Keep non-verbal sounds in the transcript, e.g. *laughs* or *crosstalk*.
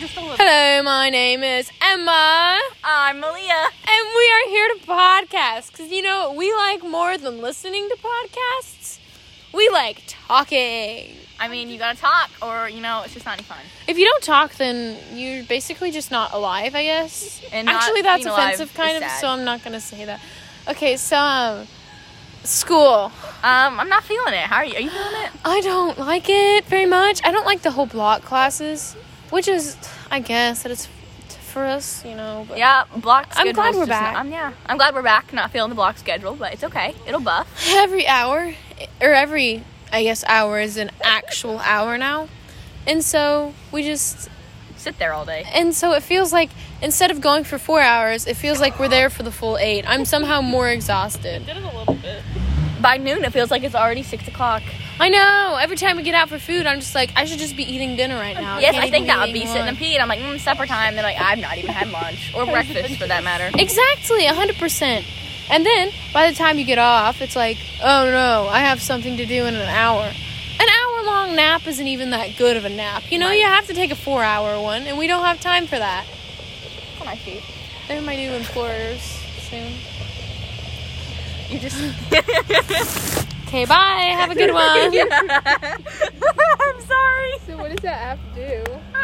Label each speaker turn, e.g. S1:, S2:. S1: Just a little.
S2: Hello, my name is Emma,
S1: I'm Malia.
S2: and we are here to podcast because you know what we like more than listening to podcasts? We like talking.
S1: I mean, you gotta talk, or you know, it's just not any fun.
S2: If you don't talk, then you're basically just not alive, I guess.
S1: And not
S2: Actually, that's
S1: being alive
S2: offensive, kind
S1: is
S2: of,
S1: sad.
S2: so I'm not gonna say that. Okay, so um, school.
S1: Um, I'm not feeling it. How are you? Are you feeling it?
S2: I don't like it very much. I don't like the whole block classes, which is, I guess, that it's f- for us, you know. But
S1: Yeah, block.
S2: I'm glad
S1: schedule's
S2: we're
S1: just
S2: back.
S1: Not, um, yeah, I'm glad we're back. Not feeling the block schedule, but it's okay. It'll buff.
S2: every hour or every i guess hour is an actual hour now and so we just
S1: Sit there all day.
S2: and so it feels like instead of going for four hours it feels like we're there for the full eight i'm somehow more exhausted
S3: did it a little bit.
S1: By noon, it feels like it's already six o'clock.
S2: i know every time we get out for food i'm just like i should just be eating dinner right now
S1: yes,
S2: can't
S1: I
S2: even
S1: think that would be
S2: eating
S1: sitting and
S2: lunch.
S1: pee, and I'm like, mm, supper time. Then like, I've not even had lunch
S2: *laughs*
S1: or breakfast for that matter.
S2: exactly 100% and then by the time you get off it's like oh no i have something to do in an hour an hour long nap isn't even that good of a nap you know
S1: Right.
S2: you have to take a four hour one and we don't have time for that
S1: Look at my feet.
S2: They're my new employers soon. *laughs*
S1: You just.
S2: Okay, bye.
S1: *laughs*
S2: Have a good one.
S1: I'm sorry.
S3: So what does that app do?